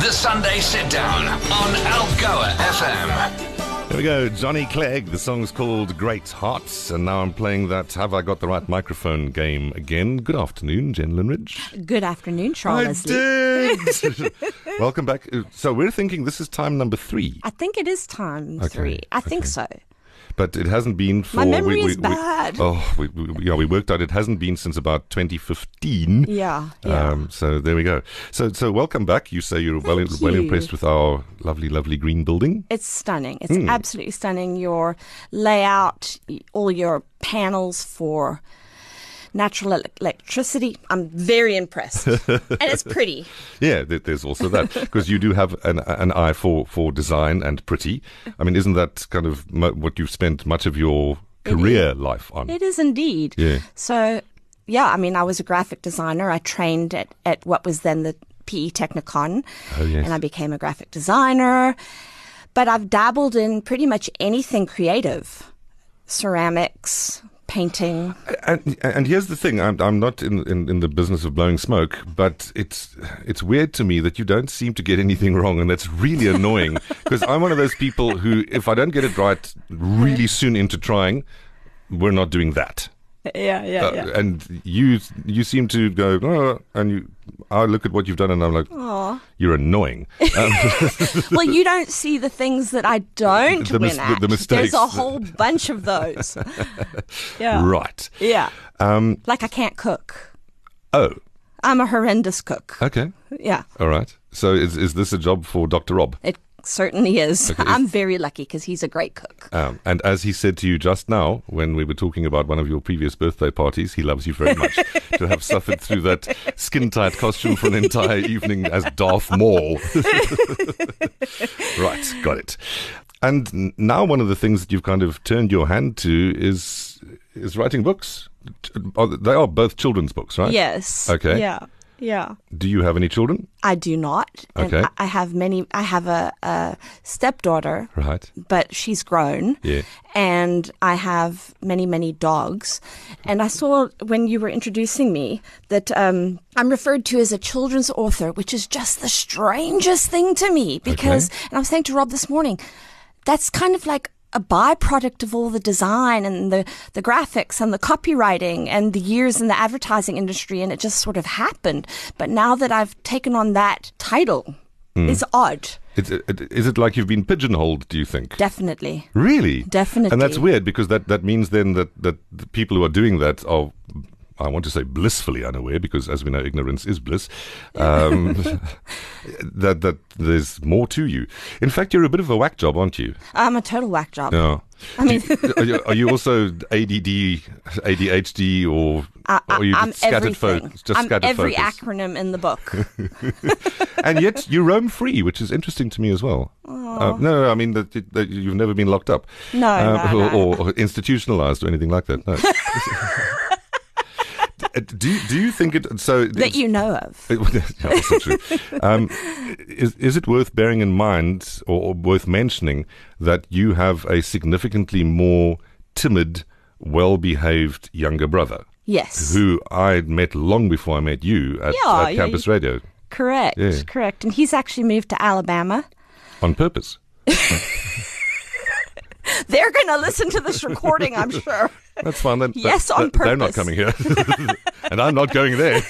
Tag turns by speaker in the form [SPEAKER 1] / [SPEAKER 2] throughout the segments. [SPEAKER 1] The Sunday Sit Down on Algoa FM.
[SPEAKER 2] Here we go, Johnny Clegg. The song's called Great Hearts, and now I'm playing that Have I Got the Right Microphone game again. Good afternoon, Jen Linridge.
[SPEAKER 3] Good afternoon, Charles.
[SPEAKER 2] I did! Welcome back. Uh, So, we're thinking this is time number three,
[SPEAKER 3] I think it is time three. I think so.
[SPEAKER 2] but it hasn't been for.
[SPEAKER 3] My memory is bad.
[SPEAKER 2] oh, we, we, we- yeah, we worked out it hasn't been since about 2015.
[SPEAKER 3] Yeah, yeah.
[SPEAKER 2] Um, so there we go. So so welcome back. You say you're well
[SPEAKER 3] Thank
[SPEAKER 2] well
[SPEAKER 3] you.
[SPEAKER 2] impressed with our lovely lovely green building.
[SPEAKER 3] It's stunning. It's absolutely stunning. Your layout, y- all your panels for natural ele- electricity. I'm very impressed. and it's pretty.
[SPEAKER 2] Yeah, th- there's also that because you do have an an eye for for design and pretty. I mean, isn't that kind of mu- what you've spent much of your career life on?
[SPEAKER 3] It is indeed.
[SPEAKER 2] Yeah.
[SPEAKER 3] So, yeah, I mean, I was a graphic designer. I trained at, at what was then the PE Technicon.
[SPEAKER 2] Oh, yes.
[SPEAKER 3] And I became a graphic designer. But I've dabbled in pretty much anything creative ceramics, painting.
[SPEAKER 2] And, and here's the thing: I'm I'm not in, in in the business of blowing smoke, but it's it's weird to me that you don't seem to get anything wrong, and that's really annoying because I'm one of those people who, if I don't get it right really soon into trying, we're not doing that.
[SPEAKER 3] Yeah, yeah,
[SPEAKER 2] Uh, and you you seem to go "Oh," and you I look at what you've done and I'm like you're annoying um,
[SPEAKER 3] well, you don't see the things that I don't
[SPEAKER 2] The
[SPEAKER 3] win
[SPEAKER 2] mis- the-
[SPEAKER 3] at.
[SPEAKER 2] the mistakes
[SPEAKER 3] There's a
[SPEAKER 2] that-
[SPEAKER 3] whole bunch of those. yeah.
[SPEAKER 2] right
[SPEAKER 3] Yeah.
[SPEAKER 2] um
[SPEAKER 3] Like I can't cook.
[SPEAKER 2] oh
[SPEAKER 3] I'm a horrendous cook.
[SPEAKER 2] okay
[SPEAKER 3] yeah.
[SPEAKER 2] all right so is is this a job for Dr Rob
[SPEAKER 3] It certainly is. I'm very lucky because he's a great cook.
[SPEAKER 2] um, and as he said to you just now when we were talking about one of your previous birthday parties he loves you very much to have suffered through that skin tight costume for an entire evening as Darth Maul Right, got it. And n- now one of the things that you've kind of turned your hand to is is writing books. T- are th- They are both children's books, right?
[SPEAKER 3] Yes.
[SPEAKER 2] Okay.
[SPEAKER 3] Yeah. Yeah.
[SPEAKER 2] Do you have any children?
[SPEAKER 3] I do not. And
[SPEAKER 2] Okay.
[SPEAKER 3] I, I have many. I have a, a stepdaughter,
[SPEAKER 2] Right.
[SPEAKER 3] but she's grown.
[SPEAKER 2] Yeah.
[SPEAKER 3] And I have many, many dogs. And I saw when you were introducing me that um, I'm referred to as a children's author, which is just the strangest thing to me because, and I was saying to Rob this morning, that's kind of like a byproduct of all the design and the, the graphics and the copywriting and the years in the advertising industry, and it just sort of happened. But now that I've taken on that title, it's odd,
[SPEAKER 2] It, it, is it like you've been pigeonholed, do you think?
[SPEAKER 3] definitely.
[SPEAKER 2] really?
[SPEAKER 3] Definitely.
[SPEAKER 2] And that's weird because that, that means then that, that the people who are doing that are, I want to say blissfully unaware because as we know, ignorance is bliss, um, that, that there's more to you. In fact, you're a bit of a whack job, aren't you?
[SPEAKER 3] I'm a total whack job.
[SPEAKER 2] No. I mean, are, you, are you also ADD, ADHD, or,
[SPEAKER 3] I,
[SPEAKER 2] or are Oh, you
[SPEAKER 3] am
[SPEAKER 2] just scattered
[SPEAKER 3] everything.
[SPEAKER 2] focus? Just
[SPEAKER 3] I'm
[SPEAKER 2] scattered
[SPEAKER 3] every
[SPEAKER 2] focus.
[SPEAKER 3] acronym in the book.
[SPEAKER 2] and yet you roam free, which is interesting to me as well. Uh, no, no, I mean that, that you've never been locked up, Uh,
[SPEAKER 3] No, no,
[SPEAKER 2] or,
[SPEAKER 3] no.
[SPEAKER 2] Or, or institutionalized or anything like that. No. Uh, do you- do you think it so?
[SPEAKER 3] that you know of.
[SPEAKER 2] It- yeah, also true. Um, is, is it worth bearing in mind or, or worth mentioning that you have a significantly more timid, well behaved younger brother
[SPEAKER 3] Yes.
[SPEAKER 2] who I met long before I met you at,
[SPEAKER 3] Yeah,
[SPEAKER 2] at
[SPEAKER 3] yeah,
[SPEAKER 2] Campus Radio
[SPEAKER 3] Correct.
[SPEAKER 2] Yeah.
[SPEAKER 3] Correct. And he's actually moved to Alabama.
[SPEAKER 2] on purpose?
[SPEAKER 3] They're going to listen to this recording, I'm sure.
[SPEAKER 2] That's fine. Then,
[SPEAKER 3] Yes, on
[SPEAKER 2] They're not coming
[SPEAKER 3] purpose.
[SPEAKER 2] here. and I'm not going there.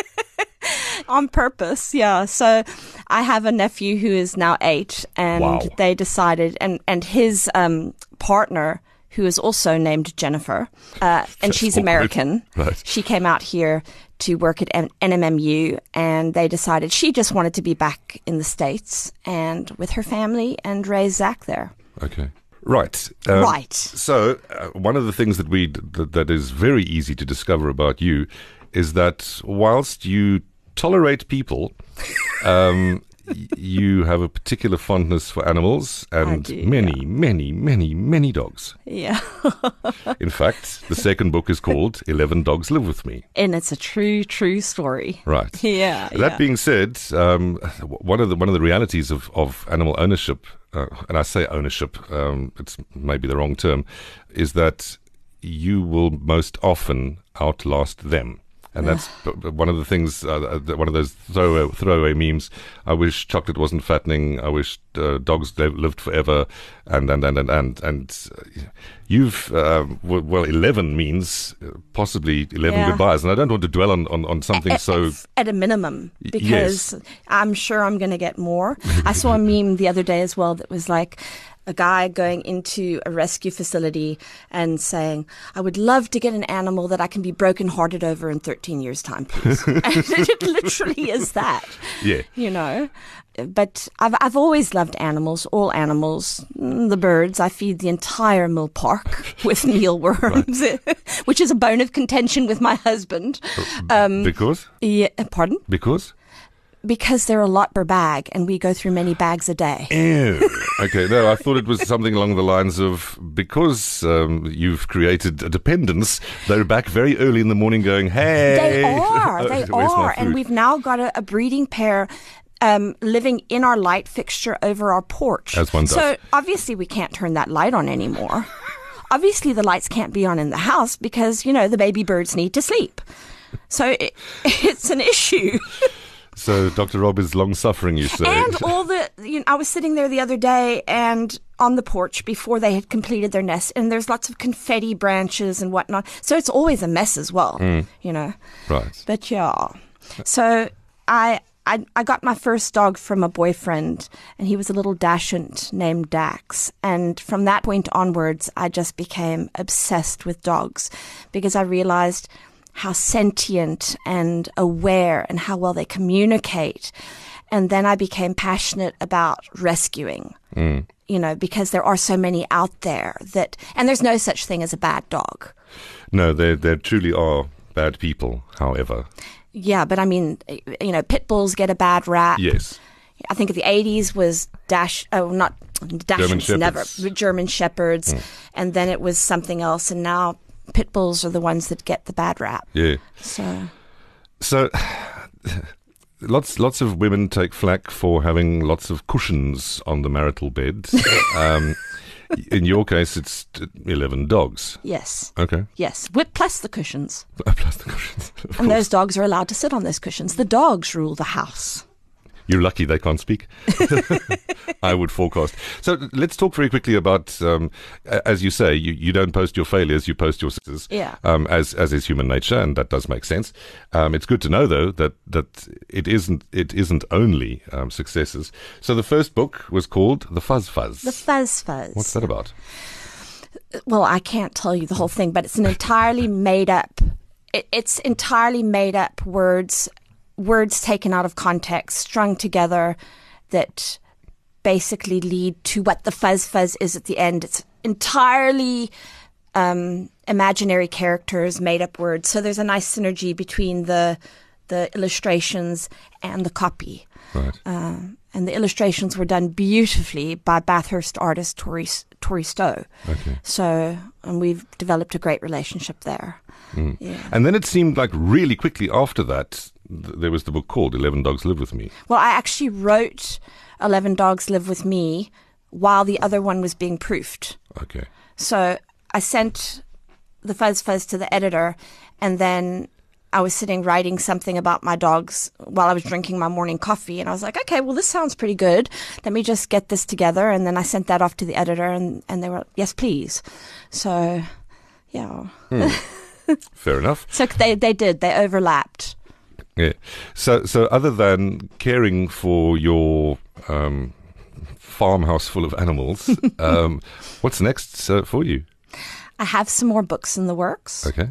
[SPEAKER 3] on purpose. Yeah. So I have a nephew who is now eight, and
[SPEAKER 2] Wow.
[SPEAKER 3] they decided, and and his um, partner. Who is also named Jennifer, uh, and she's
[SPEAKER 2] awkward.
[SPEAKER 3] American.
[SPEAKER 2] Right.
[SPEAKER 3] She came out here to work at N- NMMU, and they decided she just wanted to be back in the States and with her family and raise Zach there.
[SPEAKER 2] Okay. Right. Um,
[SPEAKER 3] Right.
[SPEAKER 2] So uh, one of the things that we that, that is very easy to discover about you is that whilst you tolerate people, um, y- you have a particular fondness for animals and
[SPEAKER 3] do,
[SPEAKER 2] many, many, many, many dogs.
[SPEAKER 3] Yeah.
[SPEAKER 2] In fact, the second book is called Eleven Dogs Live with Me.
[SPEAKER 3] and it's a true, true story.
[SPEAKER 2] Right.
[SPEAKER 3] Yeah.
[SPEAKER 2] That
[SPEAKER 3] yeah.
[SPEAKER 2] being said, um, w- one of the one of the realities of, of animal ownership, uh, and I say ownership, um, it's maybe the wrong term, is that you will most often outlast them. and that's b- b- one of the things. Uh, th- one of those throwaway, throwaway memes. I wish chocolate wasn't fattening. I wish uh, dogs li- lived forever. And and and and and, and uh, you've um, w- well, eleven means uh, possibly eleven
[SPEAKER 3] Yeah.
[SPEAKER 2] goodbyes, and I don't want to dwell on on, on something
[SPEAKER 3] at,
[SPEAKER 2] so.
[SPEAKER 3] at- at a minimum
[SPEAKER 2] Y-
[SPEAKER 3] because I'm sure I'm going to get more. I saw a meme the other day as well that was like a guy going into a rescue facility and saying, "I would love to get an animal that I can be brokenhearted over in 13 years' time, please." and it literally is that.
[SPEAKER 2] Yeah.
[SPEAKER 3] You know, but I've I've always loved animals, all animals, Mm, the birds. I feed the entire mill park with mealworms, which is a bone of contention with my husband.
[SPEAKER 2] Oh,
[SPEAKER 3] Uh, Mm.
[SPEAKER 2] because
[SPEAKER 3] Yeah, uh, pardon?
[SPEAKER 2] because.
[SPEAKER 3] Because they're a lot per bag, and we go through many bags a day.
[SPEAKER 2] Ew. okay, no, I thought it was something along the lines of because um, you've created a dependence, they're back very early in the morning going, hey. Oh,
[SPEAKER 3] They are, they
[SPEAKER 2] Where's my
[SPEAKER 3] are, and
[SPEAKER 2] food?
[SPEAKER 3] we've now got a, a breeding pair. Um, living in our light fixture over our porch.
[SPEAKER 2] As one does.
[SPEAKER 3] So obviously we can't turn that light on anymore. obviously the lights can't be on in the house because, you know, the baby birds need to sleep. So it, it's an issue.
[SPEAKER 2] So Dr. Rob is long suffering, you say.
[SPEAKER 3] And all the, you know, I was sitting there the other day and on the porch before they had completed their nest, and there's lots of confetti branches and whatnot. So it's always a mess as well, you know.
[SPEAKER 2] right.
[SPEAKER 3] But yeah, so I, I I got my first dog from a boyfriend, and he was a little dachshund named Dax. And from that point onwards, I just became obsessed with dogs because I realized how sentient and aware and how well they communicate. And then I became passionate about rescuing you know, because there are so many out there that, and there's no such thing as a bad dog.
[SPEAKER 2] No, there, there truly are bad people, however.
[SPEAKER 3] Yeah, but I mean, you know, pit bulls get a bad rap.
[SPEAKER 2] Yes.
[SPEAKER 3] I think the 80s was Dash, oh, not Dash, never,
[SPEAKER 2] Shepherds. Hmm.
[SPEAKER 3] German Shepherds, and then it was something else, and now pit bulls are the ones that get the bad rap.
[SPEAKER 2] Yeah.
[SPEAKER 3] So,
[SPEAKER 2] So, lots lots of women take flack for having lots of cushions on the marital bed. um, in your case, it's t- eleven dogs.
[SPEAKER 3] yes,
[SPEAKER 2] Okay,
[SPEAKER 3] yes. Whip plus the cushions.
[SPEAKER 2] plus the cushions. Of
[SPEAKER 3] And
[SPEAKER 2] course.
[SPEAKER 3] those dogs are allowed to sit on those cushions. The dogs rule the house.
[SPEAKER 2] You're lucky they can't speak. I would forecast. So let's talk very quickly about, um, a- as you say, you, you don't post your failures, you post your successes.
[SPEAKER 3] Yeah.
[SPEAKER 2] Um, as as is human nature, and that does make sense. Um, it's good to know though that that it isn't it isn't only um, successes. So the first book was called The Fuzz Fuzz.
[SPEAKER 3] The fuzz fuzz.
[SPEAKER 2] What's that about?
[SPEAKER 3] well, I can't tell you the whole thing, but it's an entirely made up. It, it's entirely made up words, words taken out of context, strung together, that basically lead to what the fuzz fuzz is at the end. It's entirely um, imaginary characters, made up words. So there's a nice synergy between the the illustrations and the copy.
[SPEAKER 2] Right.
[SPEAKER 3] Um, and the illustrations were done beautifully by Bathurst artist Tori, S- Tori Stowe.
[SPEAKER 2] Okay.
[SPEAKER 3] So, and we've developed a great relationship there. Yeah.
[SPEAKER 2] And then it seemed like really quickly after that th- there was the book called Eleven Dogs Live with Me.
[SPEAKER 3] Well, I actually wrote 11 Dogs Live With Me while the other one was being proofed.
[SPEAKER 2] Okay.
[SPEAKER 3] So I sent the fuzz fuzz to the editor, and then I was sitting writing something about my dogs while I was drinking my morning coffee. And I was like, okay, well, this sounds pretty good. Let me just get this together. And then I sent that off to the editor, and, and they were, yes, please. So, yeah.
[SPEAKER 2] Fair enough.
[SPEAKER 3] So they, they did, they overlapped.
[SPEAKER 2] Yeah. So, so other than caring for your um, farmhouse full of animals, um, what's next uh, for you?
[SPEAKER 3] I have some more books in the works.
[SPEAKER 2] Okay.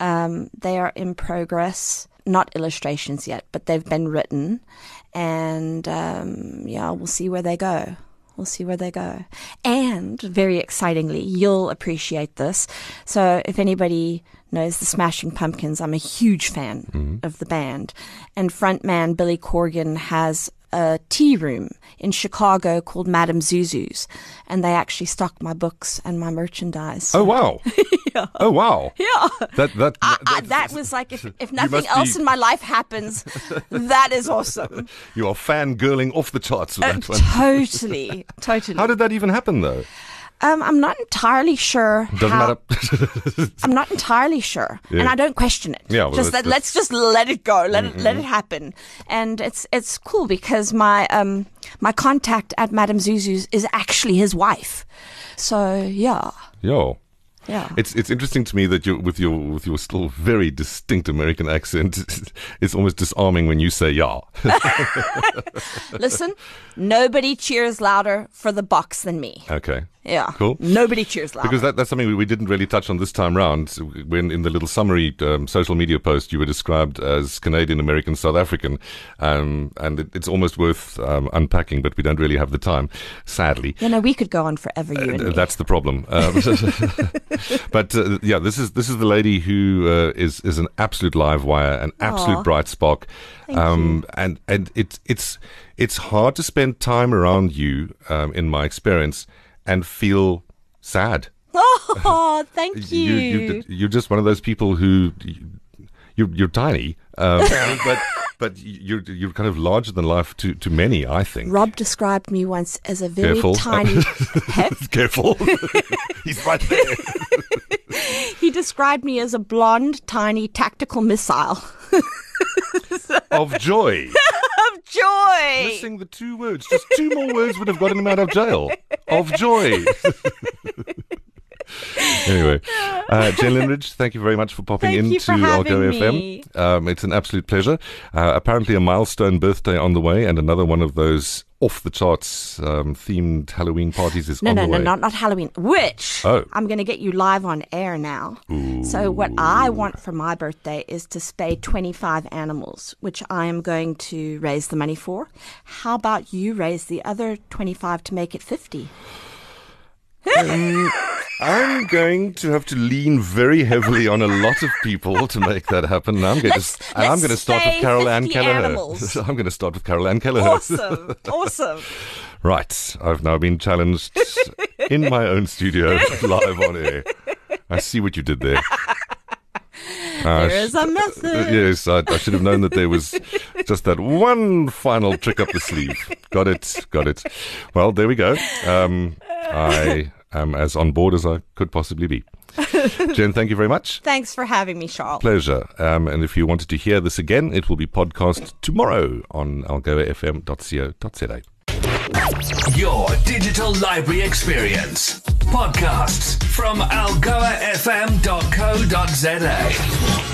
[SPEAKER 3] Um, they are in progress, not illustrations yet, but they've been written. And um, yeah, we'll see where they go. We'll see where they go. And very excitingly, you'll appreciate this. So, if anybody knows the Smashing Pumpkins, I'm a huge fan of the band. And frontman Billy Corgan has a tea room in Chicago called Madame Zuzu's. And they actually stock my books and my merchandise.
[SPEAKER 2] Oh wow! Oh wow!
[SPEAKER 3] Yeah.
[SPEAKER 2] That that,
[SPEAKER 3] I, I,
[SPEAKER 2] that-
[SPEAKER 3] that was like if, if nothing
[SPEAKER 2] must
[SPEAKER 3] else
[SPEAKER 2] be-
[SPEAKER 3] in my life happens, that is awesome. Uh,
[SPEAKER 2] you are fangirling off the charts with that one.
[SPEAKER 3] totally, totally.
[SPEAKER 2] How did that even happen though?
[SPEAKER 3] Um, I'm not entirely sure.
[SPEAKER 2] Doesn't
[SPEAKER 3] how-
[SPEAKER 2] matter.
[SPEAKER 3] I'm not entirely sure, and I don't question it.
[SPEAKER 2] Yeah, well,
[SPEAKER 3] just
[SPEAKER 2] that's-
[SPEAKER 3] that, let's just let it go, let it, let it happen, and it's it's cool because my um my contact at Madame Zuzu's is actually his wife, so yeah,
[SPEAKER 2] Yo.
[SPEAKER 3] yeah.
[SPEAKER 2] It's it's interesting to me that you with your with your still very distinct American accent, it's almost disarming when you say "yeah."
[SPEAKER 3] Listen, nobody cheers louder for the box than me.
[SPEAKER 2] okay,
[SPEAKER 3] Yeah,
[SPEAKER 2] Cool.
[SPEAKER 3] Nobody cheers louder.
[SPEAKER 2] because that, that's something we, we didn't really touch on this time round. When in the little summary um, social media post, you were described as Canadian American South African, um, and it, it's almost worth um, unpacking, but we don't really have the time, sadly.
[SPEAKER 3] you know, we could go on forever, you and
[SPEAKER 2] Uh,
[SPEAKER 3] me.
[SPEAKER 2] That's the problem. Um, but uh, yeah, this is this is the lady who uh, is is an absolute live wire, an absolute
[SPEAKER 3] Aw.
[SPEAKER 2] bright spark. Um, and and it's it's it's hard to spend time around you, um, in my experience, and feel sad.
[SPEAKER 3] Oh, thank you.
[SPEAKER 2] You, you you're just one of those people who you you're tiny, um, but but you're you're kind of larger than life to to many. I think.
[SPEAKER 3] Rob described me once as a very
[SPEAKER 2] Careful.
[SPEAKER 3] tiny. Heck,
[SPEAKER 2] Careful, he's right there.
[SPEAKER 3] he described me as a blonde, tiny tactical missile.
[SPEAKER 2] of joy.
[SPEAKER 3] Joy.
[SPEAKER 2] Missing the two words. Just two more words would have gotten him out of jail. Of joy. anyway, uh, Jen Lindridge, thank you very much for popping
[SPEAKER 3] Thank
[SPEAKER 2] in
[SPEAKER 3] you
[SPEAKER 2] to
[SPEAKER 3] for
[SPEAKER 2] Argo
[SPEAKER 3] having me.
[SPEAKER 2] FM. Um, it's an absolute pleasure. Uh, apparently, a milestone birthday on the way, and another one of those off the charts um, themed Halloween parties is
[SPEAKER 3] No,
[SPEAKER 2] on
[SPEAKER 3] no,
[SPEAKER 2] the
[SPEAKER 3] no,
[SPEAKER 2] way.
[SPEAKER 3] not, not Halloween. Which
[SPEAKER 2] Oh.
[SPEAKER 3] I'm going to get you live on air now. So, what I want for my birthday is to spay 25 animals, which I am going to raise the money for. How about you raise the other 25 to make it 50?
[SPEAKER 2] I'm going to have to lean very heavily on a lot of people to make that happen. And I'm going
[SPEAKER 3] Let's-
[SPEAKER 2] to and I'm
[SPEAKER 3] let's
[SPEAKER 2] going to start
[SPEAKER 3] say
[SPEAKER 2] with Carol Ann
[SPEAKER 3] 50
[SPEAKER 2] Kelleher.
[SPEAKER 3] animals.
[SPEAKER 2] I'm going to start with Carol Ann Kelleher.
[SPEAKER 3] Awesome. awesome.
[SPEAKER 2] Right, I've now been challenged in my own studio, live on air. I see what you did there. Uh,
[SPEAKER 3] There is
[SPEAKER 2] sh-
[SPEAKER 3] a method.
[SPEAKER 2] yes, I, I should have known that there was just that one final trick up the sleeve. Got it, got it. Well, there we go. Um, I am as on board as I could possibly be. Jen, thank you very much.
[SPEAKER 3] Thanks for having me, Charles.
[SPEAKER 2] Pleasure. Um, and if you wanted to hear this again, it will be podcast tomorrow on algoafm.co.za.
[SPEAKER 1] Your digital library experience. Podcasts from algoafm.co.za.